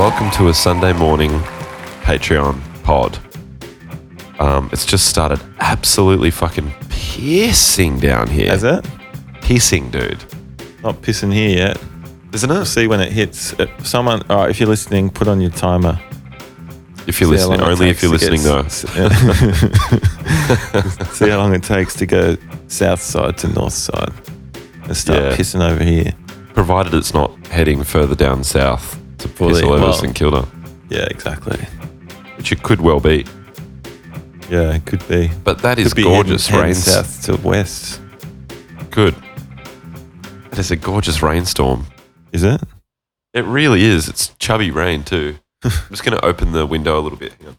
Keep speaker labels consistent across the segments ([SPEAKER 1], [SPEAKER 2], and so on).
[SPEAKER 1] Welcome to a Sunday morning Patreon pod. Um, it's just started absolutely fucking piercing down here.
[SPEAKER 2] Has it?
[SPEAKER 1] Piercing, dude.
[SPEAKER 2] Not pissing here yet.
[SPEAKER 1] Isn't
[SPEAKER 2] We'll
[SPEAKER 1] it?
[SPEAKER 2] see when it hits. Uh, Someone, all right, if you're listening, put on your timer.
[SPEAKER 1] If you're
[SPEAKER 2] See how
[SPEAKER 1] listening,
[SPEAKER 2] long it
[SPEAKER 1] only if
[SPEAKER 2] takes
[SPEAKER 1] you're
[SPEAKER 2] to
[SPEAKER 1] listening
[SPEAKER 2] get
[SPEAKER 1] though.
[SPEAKER 2] s- s- yeah. see how long it takes to go south side to north side and start
[SPEAKER 1] Yeah.
[SPEAKER 2] pissing over here.
[SPEAKER 1] Provided it's not heading further down south to
[SPEAKER 2] Well,
[SPEAKER 1] piss
[SPEAKER 2] it-
[SPEAKER 1] all over
[SPEAKER 2] well-
[SPEAKER 1] St Kilda,
[SPEAKER 2] Yeah, exactly.
[SPEAKER 1] which it could well be.
[SPEAKER 2] Yeah, it could be.
[SPEAKER 1] But that is
[SPEAKER 2] could be
[SPEAKER 1] gorgeous
[SPEAKER 2] heading-
[SPEAKER 1] rain.
[SPEAKER 2] heading south to west.
[SPEAKER 1] Good. That is a gorgeous rainstorm.
[SPEAKER 2] Is it?
[SPEAKER 1] It really is. It's chubby rain too. I'm just going to open the window a little bit. Hang on.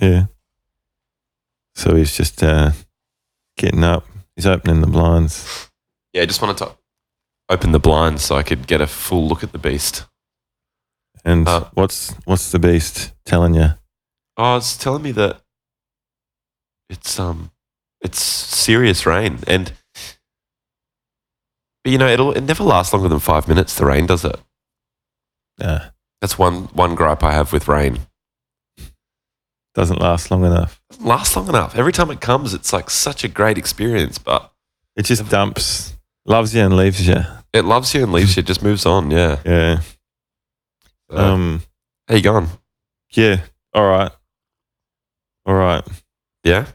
[SPEAKER 2] Yeah. So he's just uh, getting up. He's opening the blinds.
[SPEAKER 1] Yeah, I just wanted to open the blinds so I could get a full look at the beast.
[SPEAKER 2] And
[SPEAKER 1] Uh,
[SPEAKER 2] what's what's the beast telling you?
[SPEAKER 1] Oh, it's telling me that it's um, it's serious rain, and but you know it'll it never lasts longer than five minutes. The rain does it.
[SPEAKER 2] Uh,
[SPEAKER 1] That's one one gripe I have with rain.
[SPEAKER 2] doesn't last long enough.
[SPEAKER 1] It doesn't last long enough. Every time it comes, it's like such a great experience, but
[SPEAKER 2] It just dumps, loves you and leaves you.
[SPEAKER 1] it loves you and leaves you. It just moves on. Yeah.
[SPEAKER 2] Yeah.
[SPEAKER 1] Uh,
[SPEAKER 2] Um.
[SPEAKER 1] how you going?
[SPEAKER 2] Yeah. All right. All right.
[SPEAKER 1] Yeah.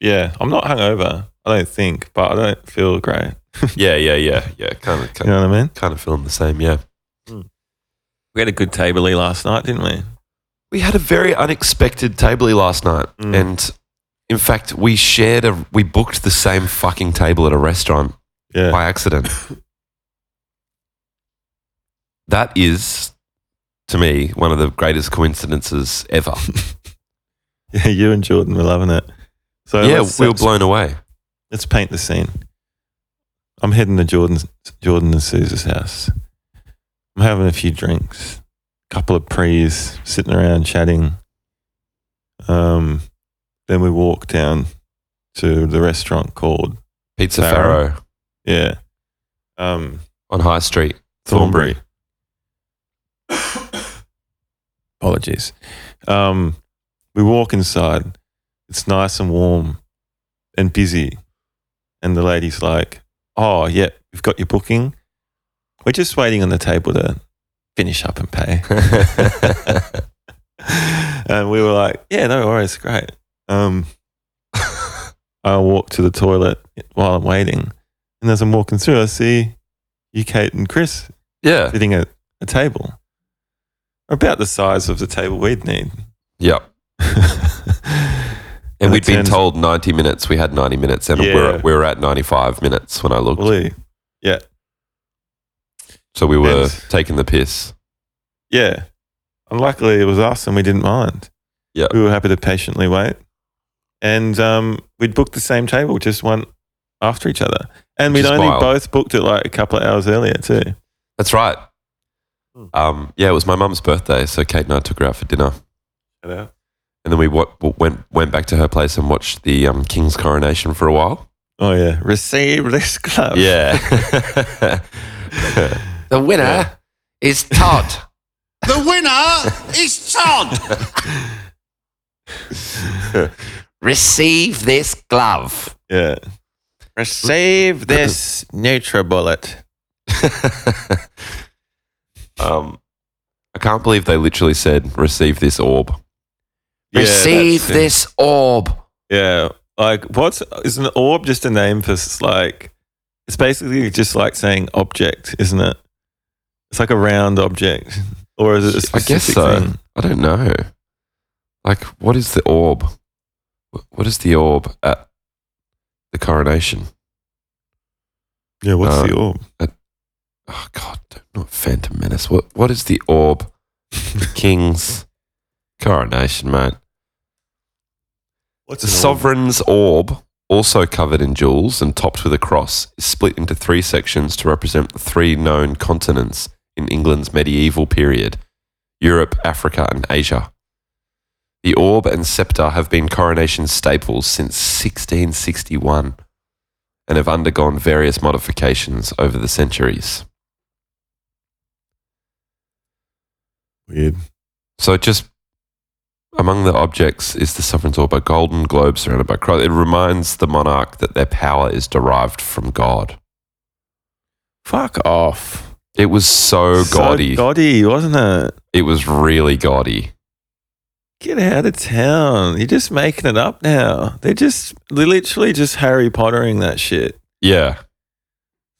[SPEAKER 2] Yeah. I'm not hungover. I don't think, but I don't feel great.
[SPEAKER 1] Yeah. Yeah. Yeah. Yeah. Kind of.
[SPEAKER 2] You know what I mean?
[SPEAKER 1] Kind of feeling the same. Yeah.
[SPEAKER 2] We had a good tably last night, didn't we?
[SPEAKER 1] We had a very unexpected table last night,
[SPEAKER 2] Mm.
[SPEAKER 1] and in fact, we shared a we booked the same fucking table at a restaurant
[SPEAKER 2] Yeah.
[SPEAKER 1] by accident. that is, to me, one of the greatest coincidences ever.
[SPEAKER 2] Yeah. You and Jordan were loving it. So
[SPEAKER 1] yeah,
[SPEAKER 2] let's,
[SPEAKER 1] we were blown away.
[SPEAKER 2] let's paint the scene. I'm heading to Jordan's, Jordan and Suze's house. I'm having a few drinks, couple of prees, sitting around chatting. Um, then we walk down to the restaurant called
[SPEAKER 1] Pizza
[SPEAKER 2] Farrow.
[SPEAKER 1] Farrow
[SPEAKER 2] yeah, um,
[SPEAKER 1] on High Street.
[SPEAKER 2] Thornbury. Apologies. Um, we walk inside. It's nice and warm and busy. And the lady's like, Oh, yeah, we've got your booking. We're just waiting on the table to finish up and pay. and we were like, Yeah, no worries. Great. Um, I walk to the toilet while I'm waiting. And as I'm walking through, I see you, Kate, and Chris
[SPEAKER 1] yeah.
[SPEAKER 2] sitting at a table about the size of the table we'd need.
[SPEAKER 1] Yeah. And
[SPEAKER 2] it
[SPEAKER 1] we'd been
[SPEAKER 2] turns-
[SPEAKER 1] told 90 minutes. We had 90 minutes, and
[SPEAKER 2] Yeah.
[SPEAKER 1] we're, we were at 95 minutes when I looked.
[SPEAKER 2] Really?
[SPEAKER 1] So we were
[SPEAKER 2] And-
[SPEAKER 1] taking the piss.
[SPEAKER 2] Yeah. And luckily, it was us and we didn't mind.
[SPEAKER 1] Yeah.
[SPEAKER 2] We were happy to patiently wait. And um, we'd booked the same table, just one after each other. And
[SPEAKER 1] Which
[SPEAKER 2] we'd
[SPEAKER 1] is
[SPEAKER 2] only
[SPEAKER 1] wild.
[SPEAKER 2] both booked it like a couple of hours earlier, too.
[SPEAKER 1] That's right.
[SPEAKER 2] Hmm.
[SPEAKER 1] Um, yeah, it was my mum's birthday, so Kate and I took her out for dinner,
[SPEAKER 2] Yeah.
[SPEAKER 1] and then we wa- w- went went back to her place and watched the um, King's coronation for a while.
[SPEAKER 2] Oh, yeah. Receive this club.
[SPEAKER 1] Yeah, the winner
[SPEAKER 2] Yeah.
[SPEAKER 1] is Todd.
[SPEAKER 3] The winner is Todd.
[SPEAKER 1] Receive this glove.
[SPEAKER 2] Yeah. Receive this NutriBullet.
[SPEAKER 1] um, I can't believe they literally said, "Receive this orb." Receive
[SPEAKER 2] this.
[SPEAKER 1] this orb.
[SPEAKER 2] Yeah. Like what's is an orb just a name for s- like it's basically just like saying object, isn't it? It's like a round object. Or is it a
[SPEAKER 1] I
[SPEAKER 2] specific
[SPEAKER 1] guess so.
[SPEAKER 2] thing?
[SPEAKER 1] I don't know. Like, what is the orb? Wh- What is the orb at the coronation?
[SPEAKER 2] Yeah, what's
[SPEAKER 1] Uh,
[SPEAKER 2] the orb?
[SPEAKER 1] Oh God, not Phantom Menace. What What is the orb? The king's coronation, mate.
[SPEAKER 2] What's
[SPEAKER 1] The sovereign's orb, also covered in jewels and topped with a cross, is split into three sections to represent the three known continents in England's medieval period Europe, Africa, and Asia. The orb and scepter have been coronation staples since 1661 and have undergone various modifications over the centuries.
[SPEAKER 2] Weird.
[SPEAKER 1] So just among the objects is the sovereign's orb, a golden globe surrounded by Christ. It reminds the monarch that their power is derived from God.
[SPEAKER 2] Fuck off.
[SPEAKER 1] It was so,
[SPEAKER 2] So
[SPEAKER 1] gaudy.
[SPEAKER 2] Gaudy, wasn't it?
[SPEAKER 1] it was really gaudy.
[SPEAKER 2] Get out of town. You're just making it up now. They're just they're literally just Harry Pottering that shit.
[SPEAKER 1] Yeah.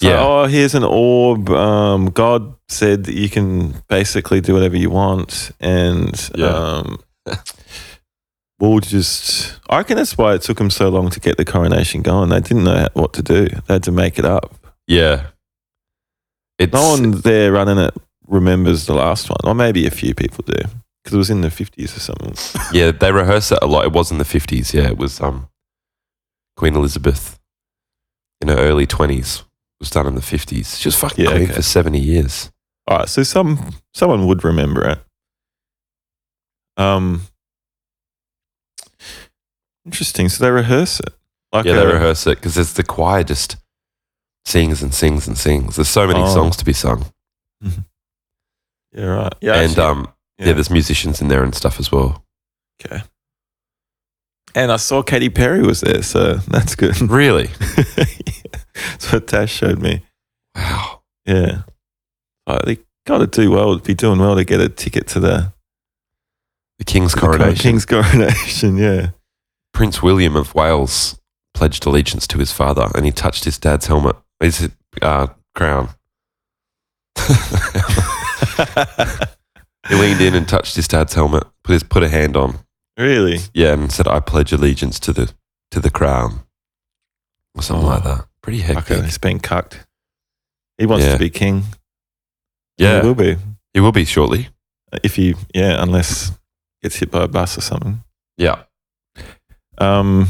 [SPEAKER 2] So,
[SPEAKER 1] Yeah.
[SPEAKER 2] Oh, here's an orb. Um, God said that you can basically do whatever you want, and
[SPEAKER 1] Yeah.
[SPEAKER 2] um, we'll just. I reckon that's why it took them so long to get the coronation going. They didn't know what to do. They had to make it up.
[SPEAKER 1] Yeah. It's
[SPEAKER 2] No one there running it remembers the last one, or maybe a few people do, because it was in the fifties or something.
[SPEAKER 1] yeah, they rehearse it a lot. It was in the fifties, yeah. It was um Queen Elizabeth in her early twenties. It was done in the fifties. She was fucking
[SPEAKER 2] Yeah,
[SPEAKER 1] queen
[SPEAKER 2] okay.
[SPEAKER 1] for seventy years.
[SPEAKER 2] All right, so some someone would remember it. Um, interesting. So they rehearse it. Like
[SPEAKER 1] Yeah, they
[SPEAKER 2] a-
[SPEAKER 1] rehearse it because it's the choir just sings and sings and sings. There's so many
[SPEAKER 2] Oh.
[SPEAKER 1] songs to be sung,
[SPEAKER 2] Yeah, right. Yeah,
[SPEAKER 1] and
[SPEAKER 2] actually,
[SPEAKER 1] um, yeah. there's musicians in there and stuff as well.
[SPEAKER 2] okay. And I saw Katy Perry was there, so that's good.
[SPEAKER 1] Really?
[SPEAKER 2] that's what Tash showed me.
[SPEAKER 1] Wow.
[SPEAKER 2] Yeah, Like, they got to do well, be doing well to get a ticket to the,
[SPEAKER 1] The King's
[SPEAKER 2] to the
[SPEAKER 1] coronation.
[SPEAKER 2] King's coronation. Yeah,
[SPEAKER 1] Prince William of Wales pledged allegiance to his father, and he touched his dad's helmet, his uh, crown. He leaned in and touched his dad's helmet, put his put a hand on,
[SPEAKER 2] really.
[SPEAKER 1] yeah, and said, "I pledge allegiance to the to the crown," or something like that. Pretty hectic.
[SPEAKER 2] Oh. Okay, he's been cucked. He wants
[SPEAKER 1] Yeah.
[SPEAKER 2] to be king. he
[SPEAKER 1] Yeah,
[SPEAKER 2] will be
[SPEAKER 1] he will be shortly.
[SPEAKER 2] if he yeah, unless he gets hit by a bus or something.
[SPEAKER 1] Yeah,
[SPEAKER 2] Um,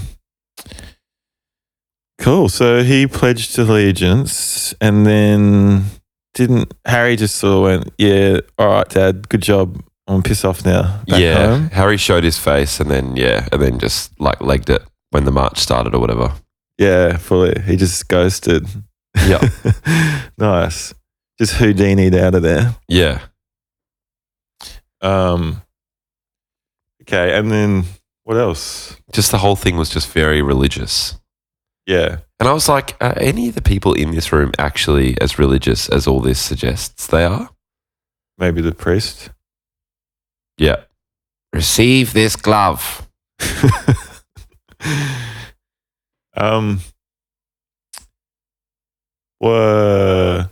[SPEAKER 2] cool. So he pledged allegiance, and then didn't Harry just sort of went, "Yeah, all right, Dad, good job. I'm gonna piss off now." back
[SPEAKER 1] yeah.
[SPEAKER 2] home."
[SPEAKER 1] Harry showed his face, and then yeah, and then just like legged it when the march started or whatever.
[SPEAKER 2] yeah, fully. He just ghosted.
[SPEAKER 1] Yeah,
[SPEAKER 2] nice. Just Houdini'd out of there.
[SPEAKER 1] yeah,
[SPEAKER 2] Um. Okay, and then what else?
[SPEAKER 1] just the whole thing was just very religious.
[SPEAKER 2] Yeah,
[SPEAKER 1] And I was like, are any of the people in this room actually as religious as all this suggests they are?
[SPEAKER 2] maybe the priest.
[SPEAKER 1] Yeah. Receive this glove.
[SPEAKER 2] um, were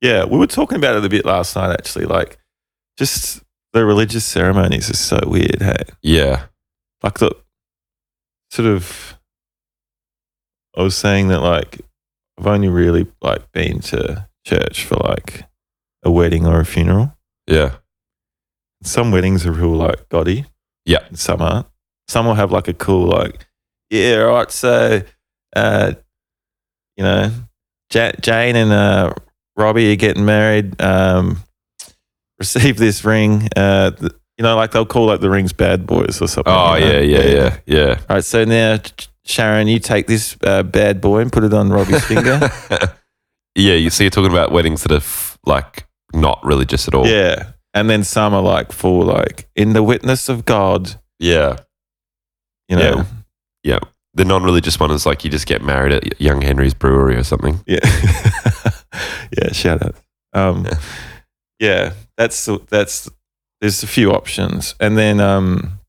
[SPEAKER 2] yeah, we were talking about it a bit last night actually. Like, just the religious ceremonies is so weird. Hey,
[SPEAKER 1] Yeah.
[SPEAKER 2] like the sort of, I was saying that like I've only really like been to church for like a wedding or a funeral.
[SPEAKER 1] Yeah.
[SPEAKER 2] Some weddings are real like gaudy.
[SPEAKER 1] Yeah.
[SPEAKER 2] and some aren't. Some will have like a cool like, yeah, all right. So, uh, you know, ja- Jane and uh, Robbie are getting married. Um, receive this ring. Uh, th- you know, like they'll call like the rings bad boys or something.
[SPEAKER 1] Oh,
[SPEAKER 2] you know?
[SPEAKER 1] yeah, yeah, yeah, yeah.
[SPEAKER 2] All right. So now, Ch- Sharon, you take this uh, bad boy and put it on Robbie's finger.
[SPEAKER 1] yeah, you see, you're talking about weddings that are f- like not religious at all.
[SPEAKER 2] Yeah. And then some are like full like in the witness of God.
[SPEAKER 1] Yeah.
[SPEAKER 2] You know.
[SPEAKER 1] Yeah. The non religious one is like you just get married at Young Henry's Brewery or something.
[SPEAKER 2] Yeah. yeah, shout out. Um
[SPEAKER 1] Yeah.
[SPEAKER 2] yeah, that's that's there's a few options. And then um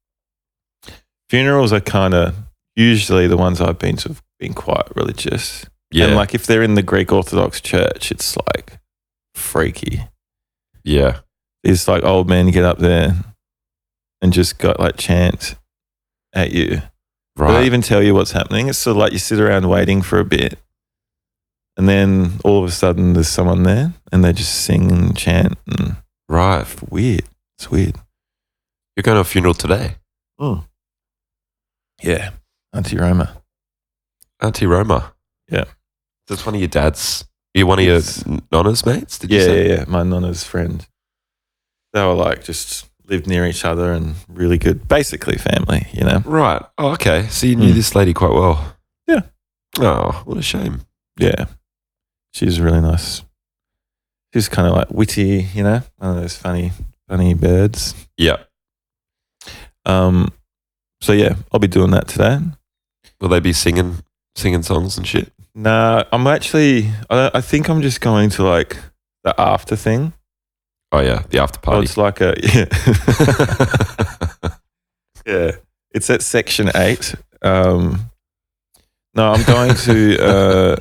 [SPEAKER 2] funerals are kind of usually the ones I've been to have been quite religious.
[SPEAKER 1] Yeah.
[SPEAKER 2] And like if they're in the Greek Orthodox Church, it's like freaky.
[SPEAKER 1] yeah.
[SPEAKER 2] It's like old men get up there and just got like chant at you. They
[SPEAKER 1] Right.
[SPEAKER 2] even tell you what's happening. It's sort of like you sit around waiting for a bit, and then all of a sudden there's someone there, and they just sing and chant. And
[SPEAKER 1] right.
[SPEAKER 2] it's weird. It's weird.
[SPEAKER 1] You're going to a funeral today. Hmm.
[SPEAKER 2] Oh. Yeah, Auntie Roma.
[SPEAKER 1] Auntie Roma.
[SPEAKER 2] Yeah.
[SPEAKER 1] That's one of your dad's. You one of your
[SPEAKER 2] It's-
[SPEAKER 1] n- nonnas mates? Did you
[SPEAKER 2] Yeah,
[SPEAKER 1] say?
[SPEAKER 2] yeah, yeah. My nonna's friend. They were like just lived near each other and really good, basically family. You know.
[SPEAKER 1] Right. Oh, okay. So you knew
[SPEAKER 2] Mm.
[SPEAKER 1] this lady quite well.
[SPEAKER 2] Yeah.
[SPEAKER 1] Oh, what a shame.
[SPEAKER 2] Yeah, she's really nice. She's kind of like witty, you know, one of those funny funny birds.
[SPEAKER 1] Yeah.
[SPEAKER 2] Um, so yeah, I'll be doing that today.
[SPEAKER 1] Will they be singing singing songs and shit?
[SPEAKER 2] Nah, I'm actually. I, don't- I think I'm just going to like the after thing.
[SPEAKER 1] Oh yeah, the after
[SPEAKER 2] Oh,
[SPEAKER 1] party.
[SPEAKER 2] it's like a yeah, yeah. It's at section eight. Um, no, I'm going to.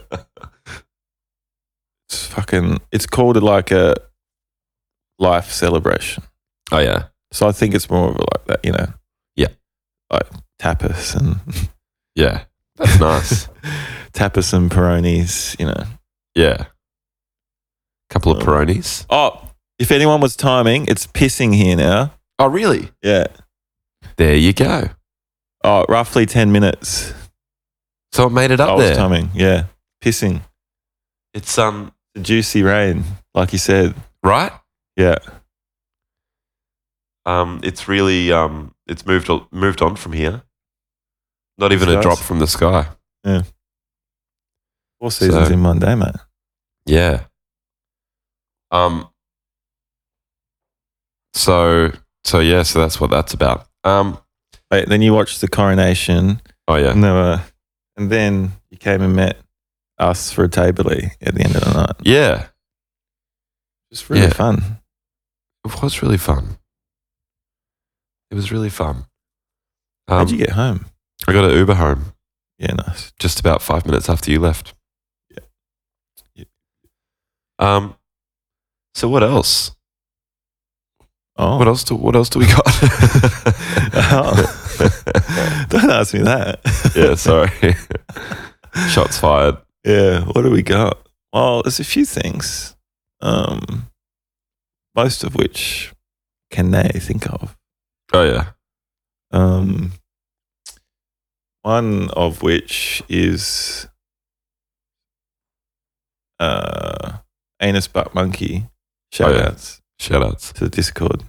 [SPEAKER 2] Uh, it's fucking. It's called like a life celebration.
[SPEAKER 1] oh yeah.
[SPEAKER 2] So I think it's more of a like that, you know.
[SPEAKER 1] Yeah.
[SPEAKER 2] Like tapas and
[SPEAKER 1] Yeah. That's nice.
[SPEAKER 2] tapas and peronis, you know.
[SPEAKER 1] yeah. Couple of
[SPEAKER 2] Oh.
[SPEAKER 1] Peronis.
[SPEAKER 2] Oh, if anyone was timing, it's pissing here now.
[SPEAKER 1] Oh really?
[SPEAKER 2] Yeah.
[SPEAKER 1] There you go.
[SPEAKER 2] Oh, roughly 10 minutes.
[SPEAKER 1] So it made it
[SPEAKER 2] I
[SPEAKER 1] up
[SPEAKER 2] was
[SPEAKER 1] there.
[SPEAKER 2] timing. Yeah. Pissing.
[SPEAKER 1] It's um
[SPEAKER 2] The juicy rain, like you said.
[SPEAKER 1] right.
[SPEAKER 2] Yeah.
[SPEAKER 1] Um, it's really um, it's moved o- moved on from here. Not even a
[SPEAKER 2] Skies?
[SPEAKER 1] drop from the sky.
[SPEAKER 2] Four seasons
[SPEAKER 1] So-
[SPEAKER 2] in one day, mate.
[SPEAKER 1] Yeah. Um. So so yeah, so that's what that's about. Um.
[SPEAKER 2] Wait, then you watched the coronation.
[SPEAKER 1] Oh yeah.
[SPEAKER 2] And, there were, and then you came and met us for a tably at the end of the night.
[SPEAKER 1] Yeah.
[SPEAKER 2] It's really
[SPEAKER 1] Yeah.
[SPEAKER 2] fun.
[SPEAKER 1] It was really fun. It was really fun. Um,
[SPEAKER 2] How'd you get home?
[SPEAKER 1] I got an Uber home
[SPEAKER 2] Yeah, nice.
[SPEAKER 1] just about five minutes after you left.
[SPEAKER 2] Yeah. Yeah.
[SPEAKER 1] Um. So what else?
[SPEAKER 2] Oh,
[SPEAKER 1] What else do What else do we got?
[SPEAKER 2] Oh. don't ask me that.
[SPEAKER 1] yeah, sorry. Shots fired.
[SPEAKER 2] Yeah, what do we got? Well, there's a few things, um, most of which can they think of.
[SPEAKER 1] Oh yeah,
[SPEAKER 2] Um, one of which is uh, anus butt monkey. Shout
[SPEAKER 1] Oh, yeah.
[SPEAKER 2] outs
[SPEAKER 1] shout outs.
[SPEAKER 2] to the Discord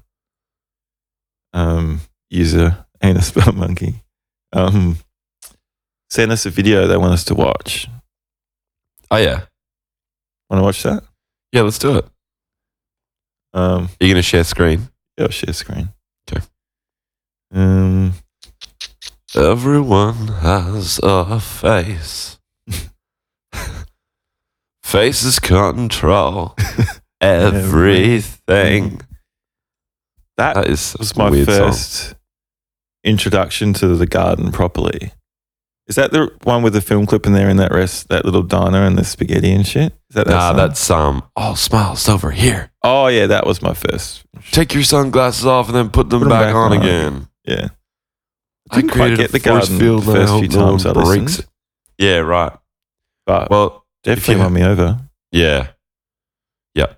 [SPEAKER 2] um, user anus butt monkey. Um, send us a video they want us to watch.
[SPEAKER 1] Oh yeah,
[SPEAKER 2] Want to watch that?
[SPEAKER 1] yeah. Let's do it.
[SPEAKER 2] Um,
[SPEAKER 1] You're gonna share screen.
[SPEAKER 2] Yeah, I'll share screen.
[SPEAKER 1] Okay.
[SPEAKER 2] Um,
[SPEAKER 1] Everyone has a face. Faces control everything.
[SPEAKER 2] that
[SPEAKER 1] That is
[SPEAKER 2] was my
[SPEAKER 1] weird song.
[SPEAKER 2] first introduction to the garden properly. Is that the one with the film clip and they're in that rest, that little diner and the spaghetti and shit? Is that that
[SPEAKER 1] Nah,
[SPEAKER 2] song?
[SPEAKER 1] that's um. All smiles over here.
[SPEAKER 2] oh yeah, that was my first.
[SPEAKER 1] Take your sunglasses off and then put them,
[SPEAKER 2] Put 'em
[SPEAKER 1] back,
[SPEAKER 2] back
[SPEAKER 1] on,
[SPEAKER 2] on.
[SPEAKER 1] again.
[SPEAKER 2] Yeah,
[SPEAKER 1] I didn't quite get the
[SPEAKER 2] force
[SPEAKER 1] garden
[SPEAKER 2] field
[SPEAKER 1] the
[SPEAKER 2] and I
[SPEAKER 1] first
[SPEAKER 2] hope
[SPEAKER 1] few
[SPEAKER 2] no one
[SPEAKER 1] times I listened.
[SPEAKER 2] breaks
[SPEAKER 1] Yeah, right.
[SPEAKER 2] but
[SPEAKER 1] Well,
[SPEAKER 2] definitely
[SPEAKER 1] you-
[SPEAKER 2] won me over.
[SPEAKER 1] yeah. Yeah.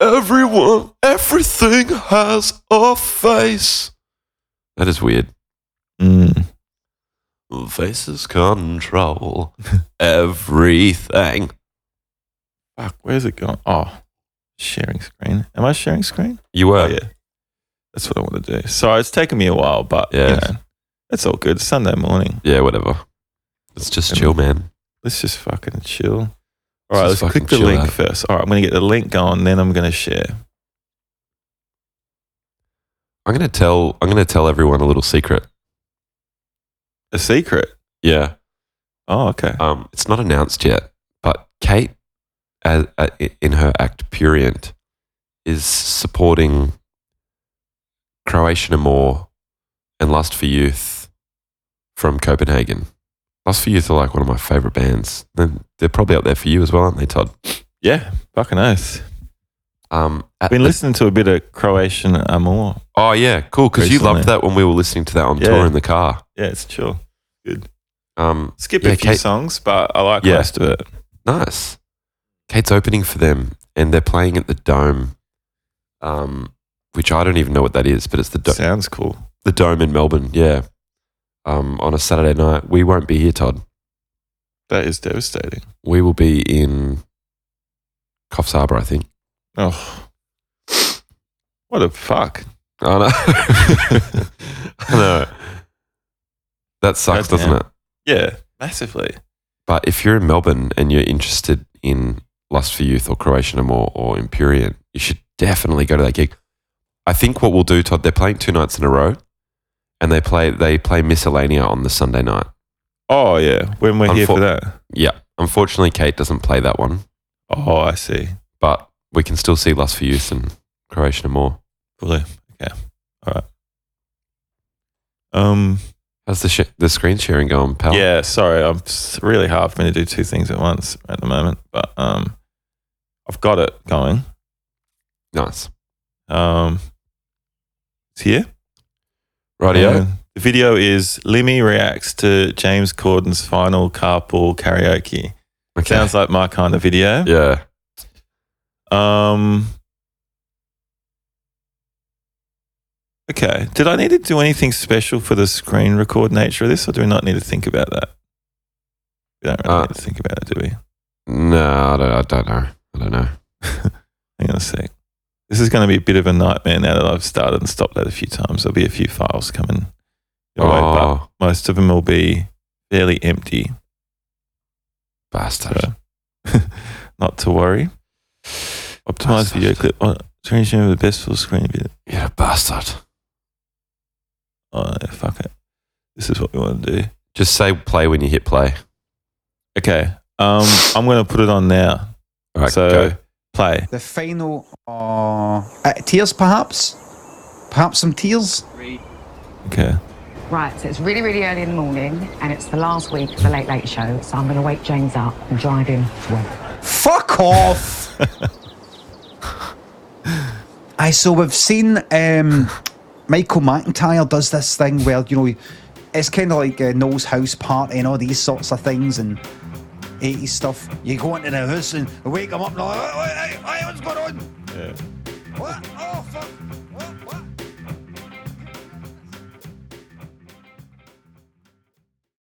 [SPEAKER 1] Everyone, everything has a face. That is weird.
[SPEAKER 2] Mm.
[SPEAKER 1] Faces control everything.
[SPEAKER 2] Fuck, where's it going? Oh, sharing screen. Am I sharing screen?
[SPEAKER 1] You were.
[SPEAKER 2] Oh yeah, that's what I want to do. Sorry, it's taken me a while, but you
[SPEAKER 1] Yes.
[SPEAKER 2] know, that's all good. Sunday morning,
[SPEAKER 1] yeah, whatever. It's just chill, man.
[SPEAKER 2] let's just fucking chill. All right,
[SPEAKER 1] Let's
[SPEAKER 2] let's
[SPEAKER 1] just fucking
[SPEAKER 2] click the
[SPEAKER 1] chill
[SPEAKER 2] link
[SPEAKER 1] out.
[SPEAKER 2] first. All right, I'm gonna get the link going, then I'm gonna share.
[SPEAKER 1] I'm gonna tell I'm gonna tell everyone a little secret.
[SPEAKER 2] A secret.
[SPEAKER 1] Yeah.
[SPEAKER 2] Oh, okay.
[SPEAKER 1] Um, it's not announced yet, but Kate, as, uh, i- in her act Purient, is supporting Croatian Amor and Lust for Youth from Copenhagen. Lust for Youth are like one of my favorite bands. They're, they're probably up there for you as well, aren't they, Todd?
[SPEAKER 2] Yeah, fucking oath.
[SPEAKER 1] Um, at
[SPEAKER 2] I've been
[SPEAKER 1] the-
[SPEAKER 2] listening to a bit of Croatian uh, amour.
[SPEAKER 1] oh, yeah, cool. Because you
[SPEAKER 2] Recently.
[SPEAKER 1] loved that when we were listening to that on
[SPEAKER 2] Yeah.
[SPEAKER 1] tour in the car.
[SPEAKER 2] Yeah, it's chill.
[SPEAKER 1] Um,
[SPEAKER 2] Skip
[SPEAKER 1] Yeah,
[SPEAKER 2] a few
[SPEAKER 1] Kate-
[SPEAKER 2] songs, but I like
[SPEAKER 1] Yeah.
[SPEAKER 2] most of it.
[SPEAKER 1] Nice. Kate's opening for them, and they're playing at the Dome, um, which I don't even know what that is, but it's the do-
[SPEAKER 2] Sounds cool.
[SPEAKER 1] the Dome in Melbourne. Yeah, um, on a Saturday night. We won't be here, Todd.
[SPEAKER 2] That is devastating.
[SPEAKER 1] We will be in Coffs Harbour, I think.
[SPEAKER 2] Oh, what a fuck.
[SPEAKER 1] Oh no, I know. That sucks,
[SPEAKER 2] Goddamn.
[SPEAKER 1] doesn't it?
[SPEAKER 2] Yeah, massively.
[SPEAKER 1] But if you're in Melbourne and you're interested in Lust for Youth or Croatian Amor or Impurient, you should Definitely go to that gig. I think what we'll do, Todd, they're playing two nights in a row, and they play they play Miscellanea on the Sunday night.
[SPEAKER 2] Oh yeah, when we're here for that.
[SPEAKER 1] Yeah, unfortunately, Kate doesn't play that one,
[SPEAKER 2] Oh, I see.
[SPEAKER 1] but we can still see Lust for Youth and Croatia and more.
[SPEAKER 2] Fully. Okay. All right. Um.
[SPEAKER 1] How's the sh- the screen sharing going, pal?
[SPEAKER 2] Yeah. Sorry, I'm it's really hard for me to do two things at once at the moment, but um, I've got it going.
[SPEAKER 1] nice.
[SPEAKER 2] Um, it's here.
[SPEAKER 1] Radio.
[SPEAKER 2] Yeah. The video is Lemmy reacts to James Corden's final carpool karaoke.
[SPEAKER 1] Okay.
[SPEAKER 2] Sounds like my kind of video.
[SPEAKER 1] yeah.
[SPEAKER 2] Um. Okay. Did I need to do anything special for the screen record nature of this, or do we not need to think about that? We don't really
[SPEAKER 1] Uh,
[SPEAKER 2] need to think about it, do we?
[SPEAKER 1] No, I don't, I don't know. I don't know.
[SPEAKER 2] Hang on a sec. This is going to be a bit of a nightmare now that I've started and stopped that a few times. There'll be a few files coming your way, but
[SPEAKER 1] oh,
[SPEAKER 2] most of them will be fairly empty.
[SPEAKER 1] bastard.
[SPEAKER 2] So, not to worry. Optimize
[SPEAKER 1] Bastard.
[SPEAKER 2] video clip. Oh, Transition of the best full screen video.
[SPEAKER 1] Yeah, bastard.
[SPEAKER 2] Oh, fuck it. This is what we want to do.
[SPEAKER 1] Just say play when you hit play.
[SPEAKER 2] Okay. Um, I'm going to put it on now.
[SPEAKER 1] All right,
[SPEAKER 2] so
[SPEAKER 1] go.
[SPEAKER 2] play.
[SPEAKER 4] The final are uh, tears, perhaps? Perhaps some tears?
[SPEAKER 2] Okay.
[SPEAKER 5] Right, so it's really, really early in the morning, and it's the last week of the Late Late Show, so I'm going to wake James up and drive him to work.
[SPEAKER 4] Fuck off! I so we've seen um, Michael McIntyre does this thing where you know it's kind of like uh, Noel's house party and all these sorts of things and 80s stuff. You go into the house and wake them up and like, "Oi, oi, oi, oi, what's going on?
[SPEAKER 2] Yeah.
[SPEAKER 4] What? Oh fuck!